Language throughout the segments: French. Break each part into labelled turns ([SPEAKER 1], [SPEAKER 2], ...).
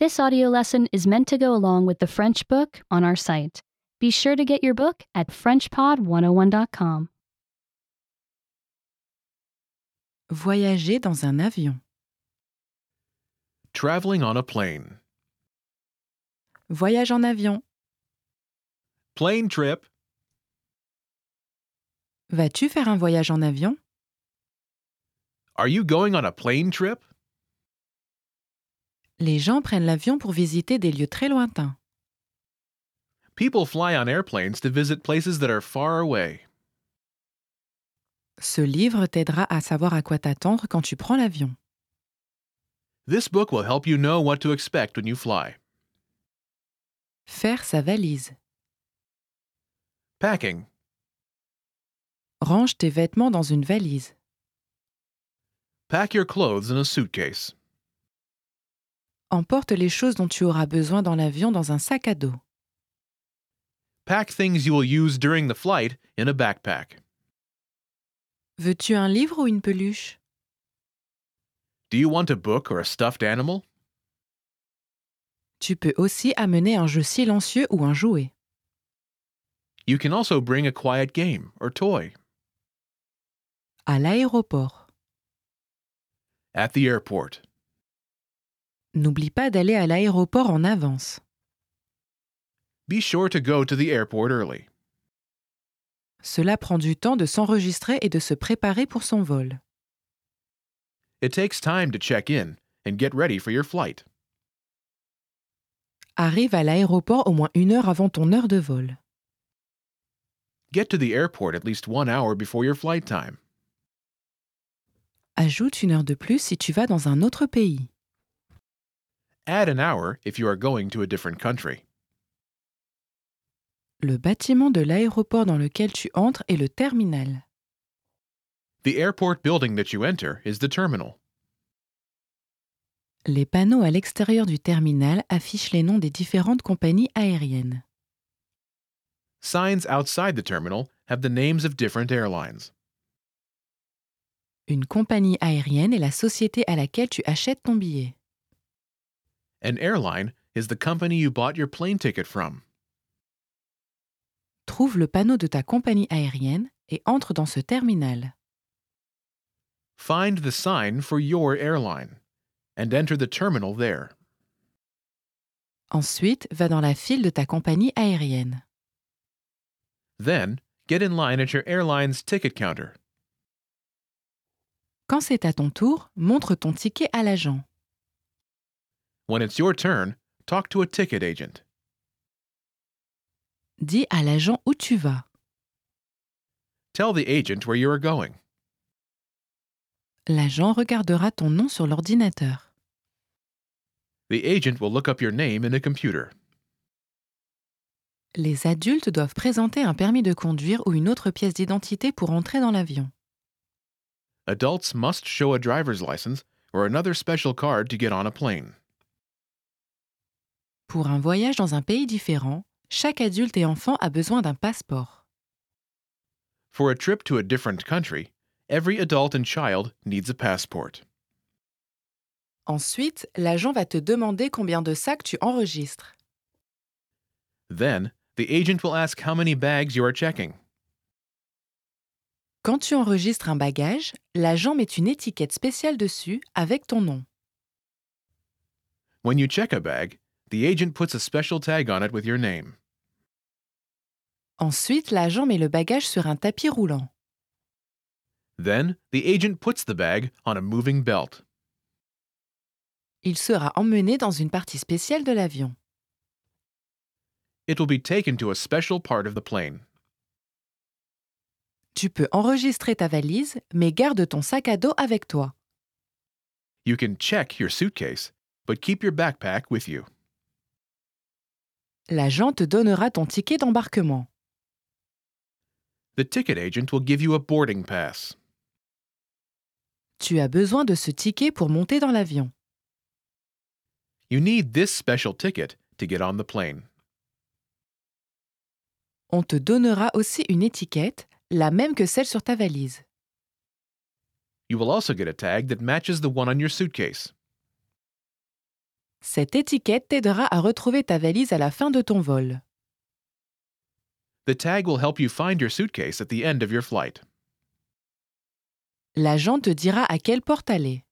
[SPEAKER 1] This audio lesson is meant to go along with the French book on our site. Be sure to get your book at FrenchPod101.com.
[SPEAKER 2] Voyager dans un avion.
[SPEAKER 3] Traveling on a plane.
[SPEAKER 2] Voyage en avion.
[SPEAKER 3] Plane trip.
[SPEAKER 2] Vas-tu faire un voyage en avion
[SPEAKER 3] Are you going on a plane trip?
[SPEAKER 2] Les gens prennent l'avion pour visiter des lieux très lointains.
[SPEAKER 3] People fly on airplanes to visit places that are far away.
[SPEAKER 2] Ce livre t'aidera à savoir à quoi t'attendre quand tu prends l'avion.
[SPEAKER 3] This book will help you know what to expect when you fly.
[SPEAKER 2] Faire sa valise.
[SPEAKER 3] Packing.
[SPEAKER 2] Range tes vêtements dans une valise.
[SPEAKER 3] Pack your clothes in a suitcase.
[SPEAKER 2] Emporte les choses dont tu auras besoin dans l'avion dans un sac à dos.
[SPEAKER 3] Pack things you will use during the flight in a backpack.
[SPEAKER 2] Veux-tu un livre ou une peluche
[SPEAKER 3] Do you want a book or a stuffed animal?
[SPEAKER 2] Tu peux aussi amener un jeu silencieux ou un jouet.
[SPEAKER 3] You can also bring a quiet game or toy.
[SPEAKER 2] À l'aéroport.
[SPEAKER 3] At the airport.
[SPEAKER 2] N'oublie pas d'aller à l'aéroport en avance.
[SPEAKER 3] Be sure to go to the airport early.
[SPEAKER 2] Cela prend du temps de s'enregistrer et de se préparer pour son vol.
[SPEAKER 3] It takes time to check in and get ready for your flight.
[SPEAKER 2] Arrive à l'aéroport au moins une heure avant ton heure de vol.
[SPEAKER 3] Get to the airport at least one hour before your flight time.
[SPEAKER 2] Ajoute une heure de plus si tu vas dans un autre pays.
[SPEAKER 3] Add an hour if you are going to a different country.
[SPEAKER 2] Le bâtiment de l'aéroport dans lequel tu entres est le terminal.
[SPEAKER 3] The airport building that you enter is the terminal.
[SPEAKER 2] Les panneaux à l'extérieur du terminal affichent les noms des différentes compagnies aériennes.
[SPEAKER 3] Signs outside the terminal have the names of different airlines.
[SPEAKER 2] Une compagnie aérienne est la société à laquelle tu achètes ton billet.
[SPEAKER 3] An airline is the company you bought your plane ticket from.
[SPEAKER 2] Trouve le panneau de ta compagnie aérienne et entre dans ce terminal.
[SPEAKER 3] Find the sign for your airline and enter the terminal there.
[SPEAKER 2] Ensuite, va dans la file de ta compagnie aérienne.
[SPEAKER 3] Then, get in line at your airline's ticket counter.
[SPEAKER 2] Quand c'est à ton tour, montre ton ticket à l'agent.
[SPEAKER 3] When it's your turn, talk to a ticket agent.
[SPEAKER 2] Dis à l'agent où tu vas.
[SPEAKER 3] Tell the agent where you are going.
[SPEAKER 2] L'agent regardera ton nom sur l'ordinateur.
[SPEAKER 3] The agent will look up your name in a computer.
[SPEAKER 2] Les adultes doivent présenter un permis de conduire ou une autre pièce d'identité pour entrer dans l'avion.
[SPEAKER 3] Adults must show a driver's license or another special card to get on a plane.
[SPEAKER 2] Pour un voyage dans un pays différent, chaque adulte et enfant a besoin d'un passeport.
[SPEAKER 3] For a trip to a different country, every adult and child needs a passport.
[SPEAKER 2] Ensuite, l'agent va te demander combien de sacs tu enregistres.
[SPEAKER 3] Then, the agent will ask how many bags you are checking.
[SPEAKER 2] Quand tu enregistres un bagage, l'agent met une étiquette spéciale dessus avec ton nom.
[SPEAKER 3] When you check a bag, the agent puts a special tag on it with your name.
[SPEAKER 2] Ensuite, l'agent met le bagage sur un tapis roulant.
[SPEAKER 3] Then, the agent puts the bag on a moving belt.
[SPEAKER 2] Il sera emmené dans une partie spéciale de l'avion.
[SPEAKER 3] It will be taken to a special part of the plane.
[SPEAKER 2] Tu peux enregistrer ta valise, mais garde ton sac à dos avec toi.
[SPEAKER 3] You can check your suitcase, but keep your backpack with you.
[SPEAKER 2] L'agent te donnera ton ticket d'embarquement.
[SPEAKER 3] The ticket agent will give you a boarding pass.
[SPEAKER 2] Tu as besoin de ce ticket pour monter dans l'avion.
[SPEAKER 3] You need this special ticket to get on the plane.
[SPEAKER 2] On te donnera aussi une étiquette, la même que celle sur ta valise.
[SPEAKER 3] You will also get a tag that matches the one on your suitcase.
[SPEAKER 2] Cette étiquette t'aidera à retrouver ta valise à la fin de ton vol.
[SPEAKER 3] The tag will help you find your suitcase at the end of your flight.
[SPEAKER 2] L'agent te dira à quelle porte aller.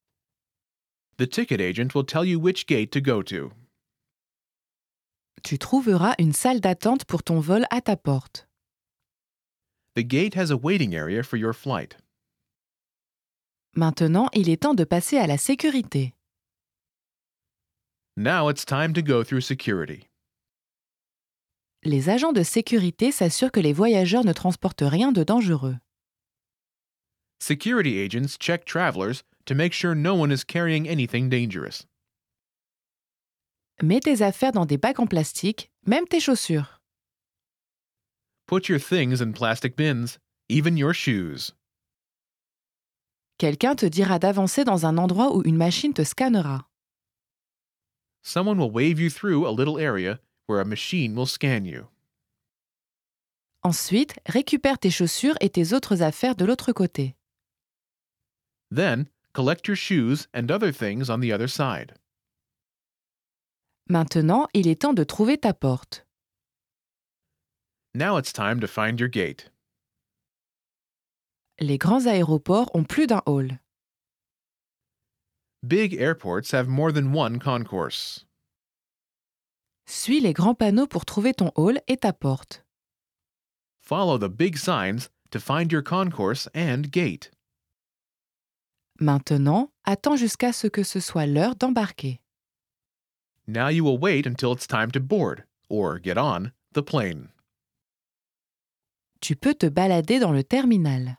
[SPEAKER 3] The ticket agent will tell you which gate to go to.
[SPEAKER 2] Tu trouveras une salle d'attente pour ton vol à ta porte.
[SPEAKER 3] The gate has a waiting area for your flight.
[SPEAKER 2] Maintenant, il est temps de passer à la sécurité.
[SPEAKER 3] Now it's time to go through security.
[SPEAKER 2] Les agents de sécurité s'assurent que les voyageurs ne transportent rien de dangereux.
[SPEAKER 3] Security agents check travelers to make sure no one is carrying anything dangerous.
[SPEAKER 2] Mets tes affaires dans des bacs en plastique, même tes chaussures.
[SPEAKER 3] Put your things in plastic bins, even your shoes.
[SPEAKER 2] Quelqu'un te dira d'avancer dans un endroit où une machine te scannera.
[SPEAKER 3] Someone will wave you through a little area where a machine will scan you.
[SPEAKER 2] Ensuite, récupère tes chaussures et tes autres affaires de l'autre côté.
[SPEAKER 3] Then, collect your shoes and other things on the other side.
[SPEAKER 2] Maintenant, il est temps de trouver ta porte.
[SPEAKER 3] Now it's time to find your gate.
[SPEAKER 2] Les grands aéroports ont plus d'un hall.
[SPEAKER 3] Big airports have more than one concourse.
[SPEAKER 2] Suis les grands panneaux pour trouver ton hall et ta porte.
[SPEAKER 3] Follow the big signs to find your concourse and gate.
[SPEAKER 2] Maintenant, attends jusqu'à ce que ce soit l'heure d'embarquer.
[SPEAKER 3] Now you will wait until it's time to board, or get on, the plane.
[SPEAKER 2] Tu peux te balader dans le terminal.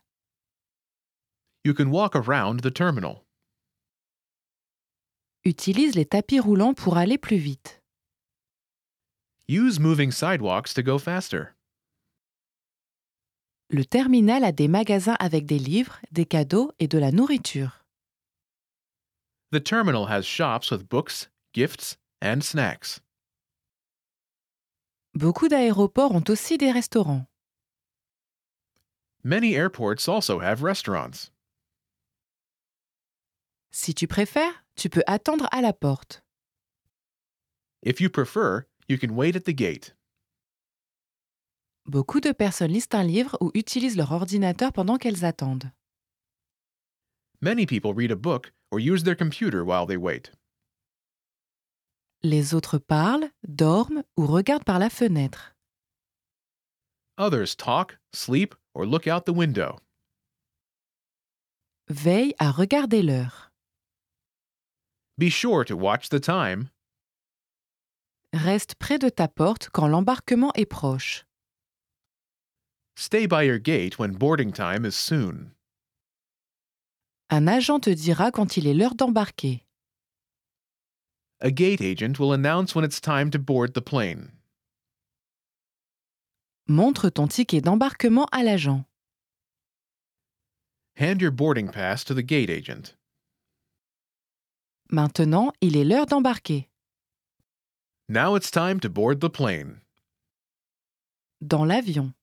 [SPEAKER 3] You can walk around the terminal.
[SPEAKER 2] Utilise les tapis roulants pour aller plus vite.
[SPEAKER 3] Use moving sidewalks to go faster.
[SPEAKER 2] Le terminal a des magasins avec des livres, des cadeaux et de la nourriture.
[SPEAKER 3] The terminal has shops with books, gifts, and snacks.
[SPEAKER 2] Beaucoup d'aéroports ont aussi des restaurants.
[SPEAKER 3] Many airports also have restaurants.
[SPEAKER 2] Si tu préfères, tu peux attendre à la porte.
[SPEAKER 3] If you prefer, you can wait at the gate.
[SPEAKER 2] Beaucoup de personnes lisent un livre ou utilisent leur ordinateur pendant qu'elles attendent.
[SPEAKER 3] Many people read a book or use their computer while they wait.
[SPEAKER 2] Les autres parlent, dorment ou regardent par la fenêtre.
[SPEAKER 3] Others talk, sleep, or look out the window.
[SPEAKER 2] Veille à regarder l'heure.
[SPEAKER 3] Be sure to watch the time.
[SPEAKER 2] Reste près de ta porte quand l'embarquement est proche.
[SPEAKER 3] Stay by your gate when boarding time is soon.
[SPEAKER 2] Un agent te dira quand il est l'heure d'embarquer.
[SPEAKER 3] A gate agent will announce when it's time to board the plane.
[SPEAKER 2] Montre ton ticket d'embarquement à l'agent.
[SPEAKER 3] Hand your boarding pass to the gate agent.
[SPEAKER 2] Maintenant, il est l'heure d'embarquer.
[SPEAKER 3] Now it's time to board the plane.
[SPEAKER 2] Dans l'avion.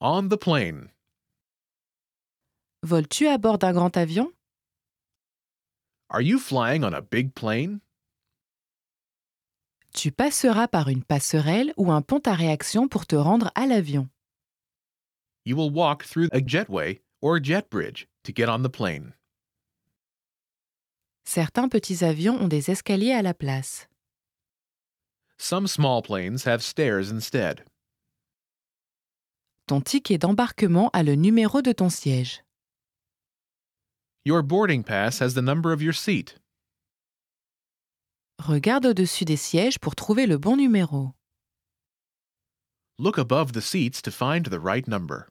[SPEAKER 3] On the plane.
[SPEAKER 2] Voles-tu à bord d'un grand avion
[SPEAKER 3] Are you flying on a big plane?
[SPEAKER 2] Tu passeras par une passerelle ou un pont à réaction pour te rendre à l'avion.
[SPEAKER 3] You will walk through a jetway or jet bridge to get on the plane.
[SPEAKER 2] Certains petits avions ont des escaliers à la place.
[SPEAKER 3] Some small planes have stairs instead.
[SPEAKER 2] Ton ticket d'embarquement a le numéro de ton siège.
[SPEAKER 3] Your boarding pass has the number of your seat.
[SPEAKER 2] Regarde au-dessus des sièges pour trouver le bon numéro.
[SPEAKER 3] Look above the seats to find the right number.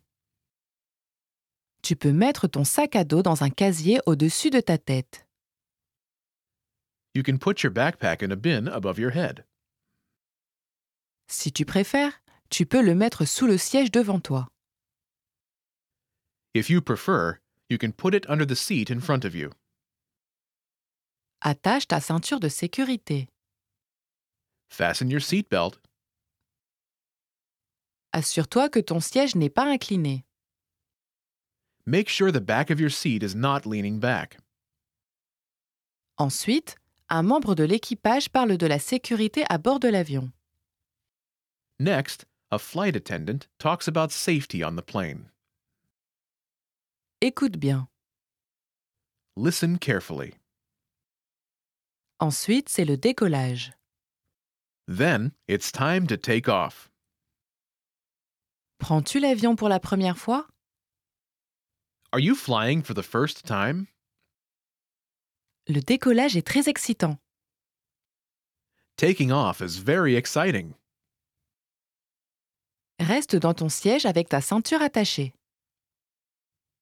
[SPEAKER 2] Tu peux mettre ton sac à dos dans un casier au-dessus de ta tête.
[SPEAKER 3] You can put your backpack in a bin above your head.
[SPEAKER 2] Si tu préfères, tu peux le mettre sous le siège devant toi.
[SPEAKER 3] If you prefer, you can put it under the seat in front of you.
[SPEAKER 2] Attache ta ceinture de sécurité.
[SPEAKER 3] Fasten your seatbelt.
[SPEAKER 2] Assure-toi que ton siège n'est pas incliné.
[SPEAKER 3] Make sure the back of your seat is not leaning back.
[SPEAKER 2] Ensuite, Un membre de l'équipage parle de la sécurité à bord de l'avion.
[SPEAKER 3] Next, a flight attendant talks about safety on the plane.
[SPEAKER 2] Écoute bien.
[SPEAKER 3] Listen carefully.
[SPEAKER 2] Ensuite, c'est le décollage.
[SPEAKER 3] Then it's time to take off.
[SPEAKER 2] Prends-tu l'avion pour la première fois
[SPEAKER 3] Are you flying for the first time?
[SPEAKER 2] Le décollage est très excitant.
[SPEAKER 3] Taking off is very exciting.
[SPEAKER 2] Reste dans ton siège avec ta ceinture attachée.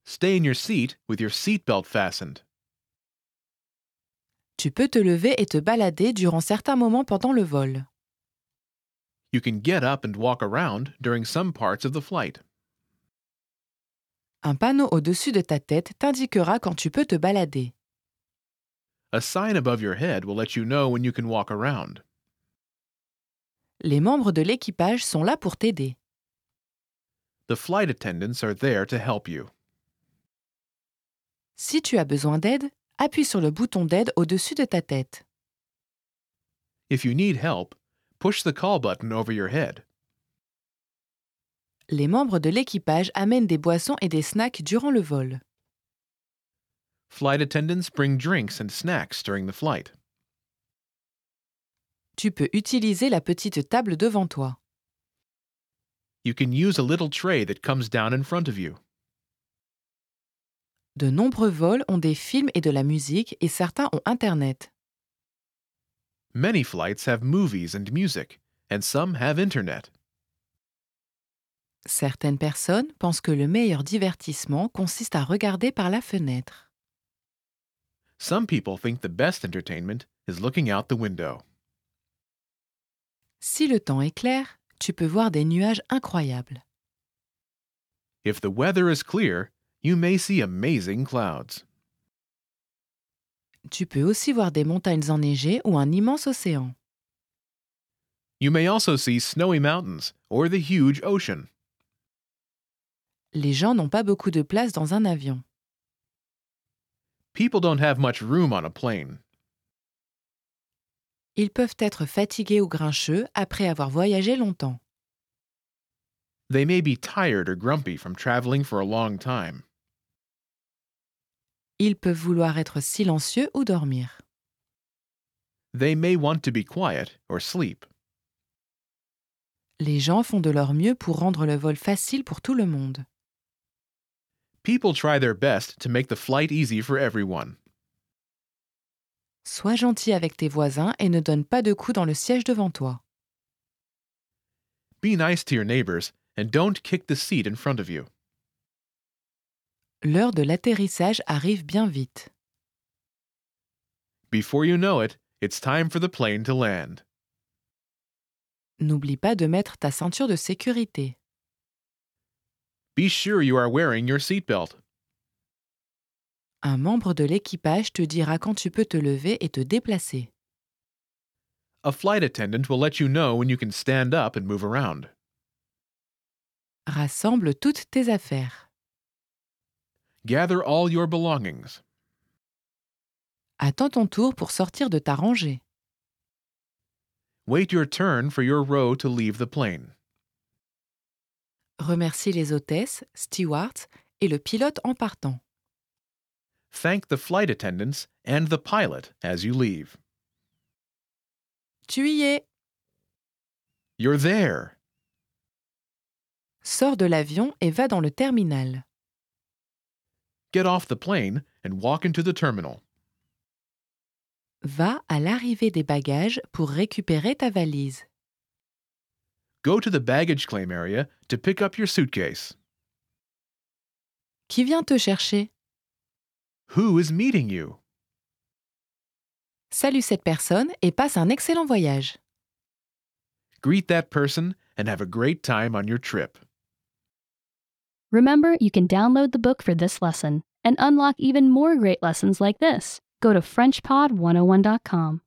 [SPEAKER 3] Stay in your seat with your seatbelt fastened.
[SPEAKER 2] Tu peux te lever et te balader durant certains moments pendant le vol.
[SPEAKER 3] You can get up and walk around during some parts of the flight.
[SPEAKER 2] Un panneau au-dessus de ta tête t'indiquera quand tu peux te balader.
[SPEAKER 3] A sign above your head will let you know when you can walk around.
[SPEAKER 2] Les membres de l'équipage sont là pour t'aider.
[SPEAKER 3] The flight attendants are there to help you.
[SPEAKER 2] Si tu as besoin d'aide, appuie sur le bouton d'aide au-dessus de ta tête.
[SPEAKER 3] If you need help, push the call button over your head.
[SPEAKER 2] Les membres de l'équipage amènent des boissons et des snacks durant le vol.
[SPEAKER 3] Flight attendants bring drinks and snacks during the flight.
[SPEAKER 2] Tu peux utiliser la petite table devant toi.
[SPEAKER 3] You can use a little tray that comes down in front of you.
[SPEAKER 2] De nombreux vols ont des films et de la musique et certains ont Internet.
[SPEAKER 3] Many flights have movies and music, and some have internet.
[SPEAKER 2] Certaines personnes pensent que le meilleur divertissement consiste à regarder par la fenêtre.
[SPEAKER 3] Some people think the best entertainment is looking out the window.
[SPEAKER 2] Si le temps est clair, tu peux voir des nuages incroyables.
[SPEAKER 3] If the weather is clear, you may see amazing clouds.
[SPEAKER 2] Tu peux aussi voir des montagnes enneigées ou un immense océan.
[SPEAKER 3] You may also see snowy mountains or the huge ocean.
[SPEAKER 2] Les gens n'ont pas beaucoup de place dans un avion.
[SPEAKER 3] People don't have much room on a plane.
[SPEAKER 2] Ils peuvent être fatigués ou grincheux après avoir voyagé longtemps.
[SPEAKER 3] They may be tired or grumpy from traveling for a long time.
[SPEAKER 2] Ils peuvent vouloir être silencieux ou dormir.
[SPEAKER 3] They may want to be quiet or sleep.
[SPEAKER 2] Les gens font de leur mieux pour rendre le vol facile pour tout le monde.
[SPEAKER 3] People try their best to make the flight easy for everyone.
[SPEAKER 2] Sois gentil avec tes voisins et ne donne pas de coups dans le siège devant toi.
[SPEAKER 3] Be nice to your neighbors and don't kick the seat in front of you.
[SPEAKER 2] L'heure de l'atterrissage arrive bien vite.
[SPEAKER 3] Before you know it, it's time for the plane to land.
[SPEAKER 2] N'oublie pas de mettre ta ceinture de sécurité.
[SPEAKER 3] Be sure you are wearing your seatbelt.
[SPEAKER 2] Un membre de l'équipage te dira quand tu peux te lever et te déplacer.
[SPEAKER 3] A flight attendant will let you know when you can stand up and move around.
[SPEAKER 2] Rassemble toutes tes affaires.
[SPEAKER 3] Gather all your belongings.
[SPEAKER 2] Attends ton tour pour sortir de ta rangée.
[SPEAKER 3] Wait your turn for your row to leave the plane.
[SPEAKER 2] Remercie les hôtesses, stewards et le pilote en partant.
[SPEAKER 3] Thank the flight attendants and the pilot as you leave.
[SPEAKER 2] Tu y es
[SPEAKER 3] You're there.
[SPEAKER 2] Sors de l'avion et va dans le terminal.
[SPEAKER 3] Get off the plane and walk into the terminal.
[SPEAKER 2] Va à l'arrivée des bagages pour récupérer ta valise.
[SPEAKER 3] Go to the baggage claim area to pick up your suitcase.
[SPEAKER 2] Qui vient te chercher
[SPEAKER 3] Who is meeting you?
[SPEAKER 2] Salue cette personne et passe un excellent voyage.
[SPEAKER 3] Greet that person and have a great time on your trip.
[SPEAKER 1] Remember, you can download the book for this oh lesson and unlock even more great lessons like this. Go to FrenchPod101.com.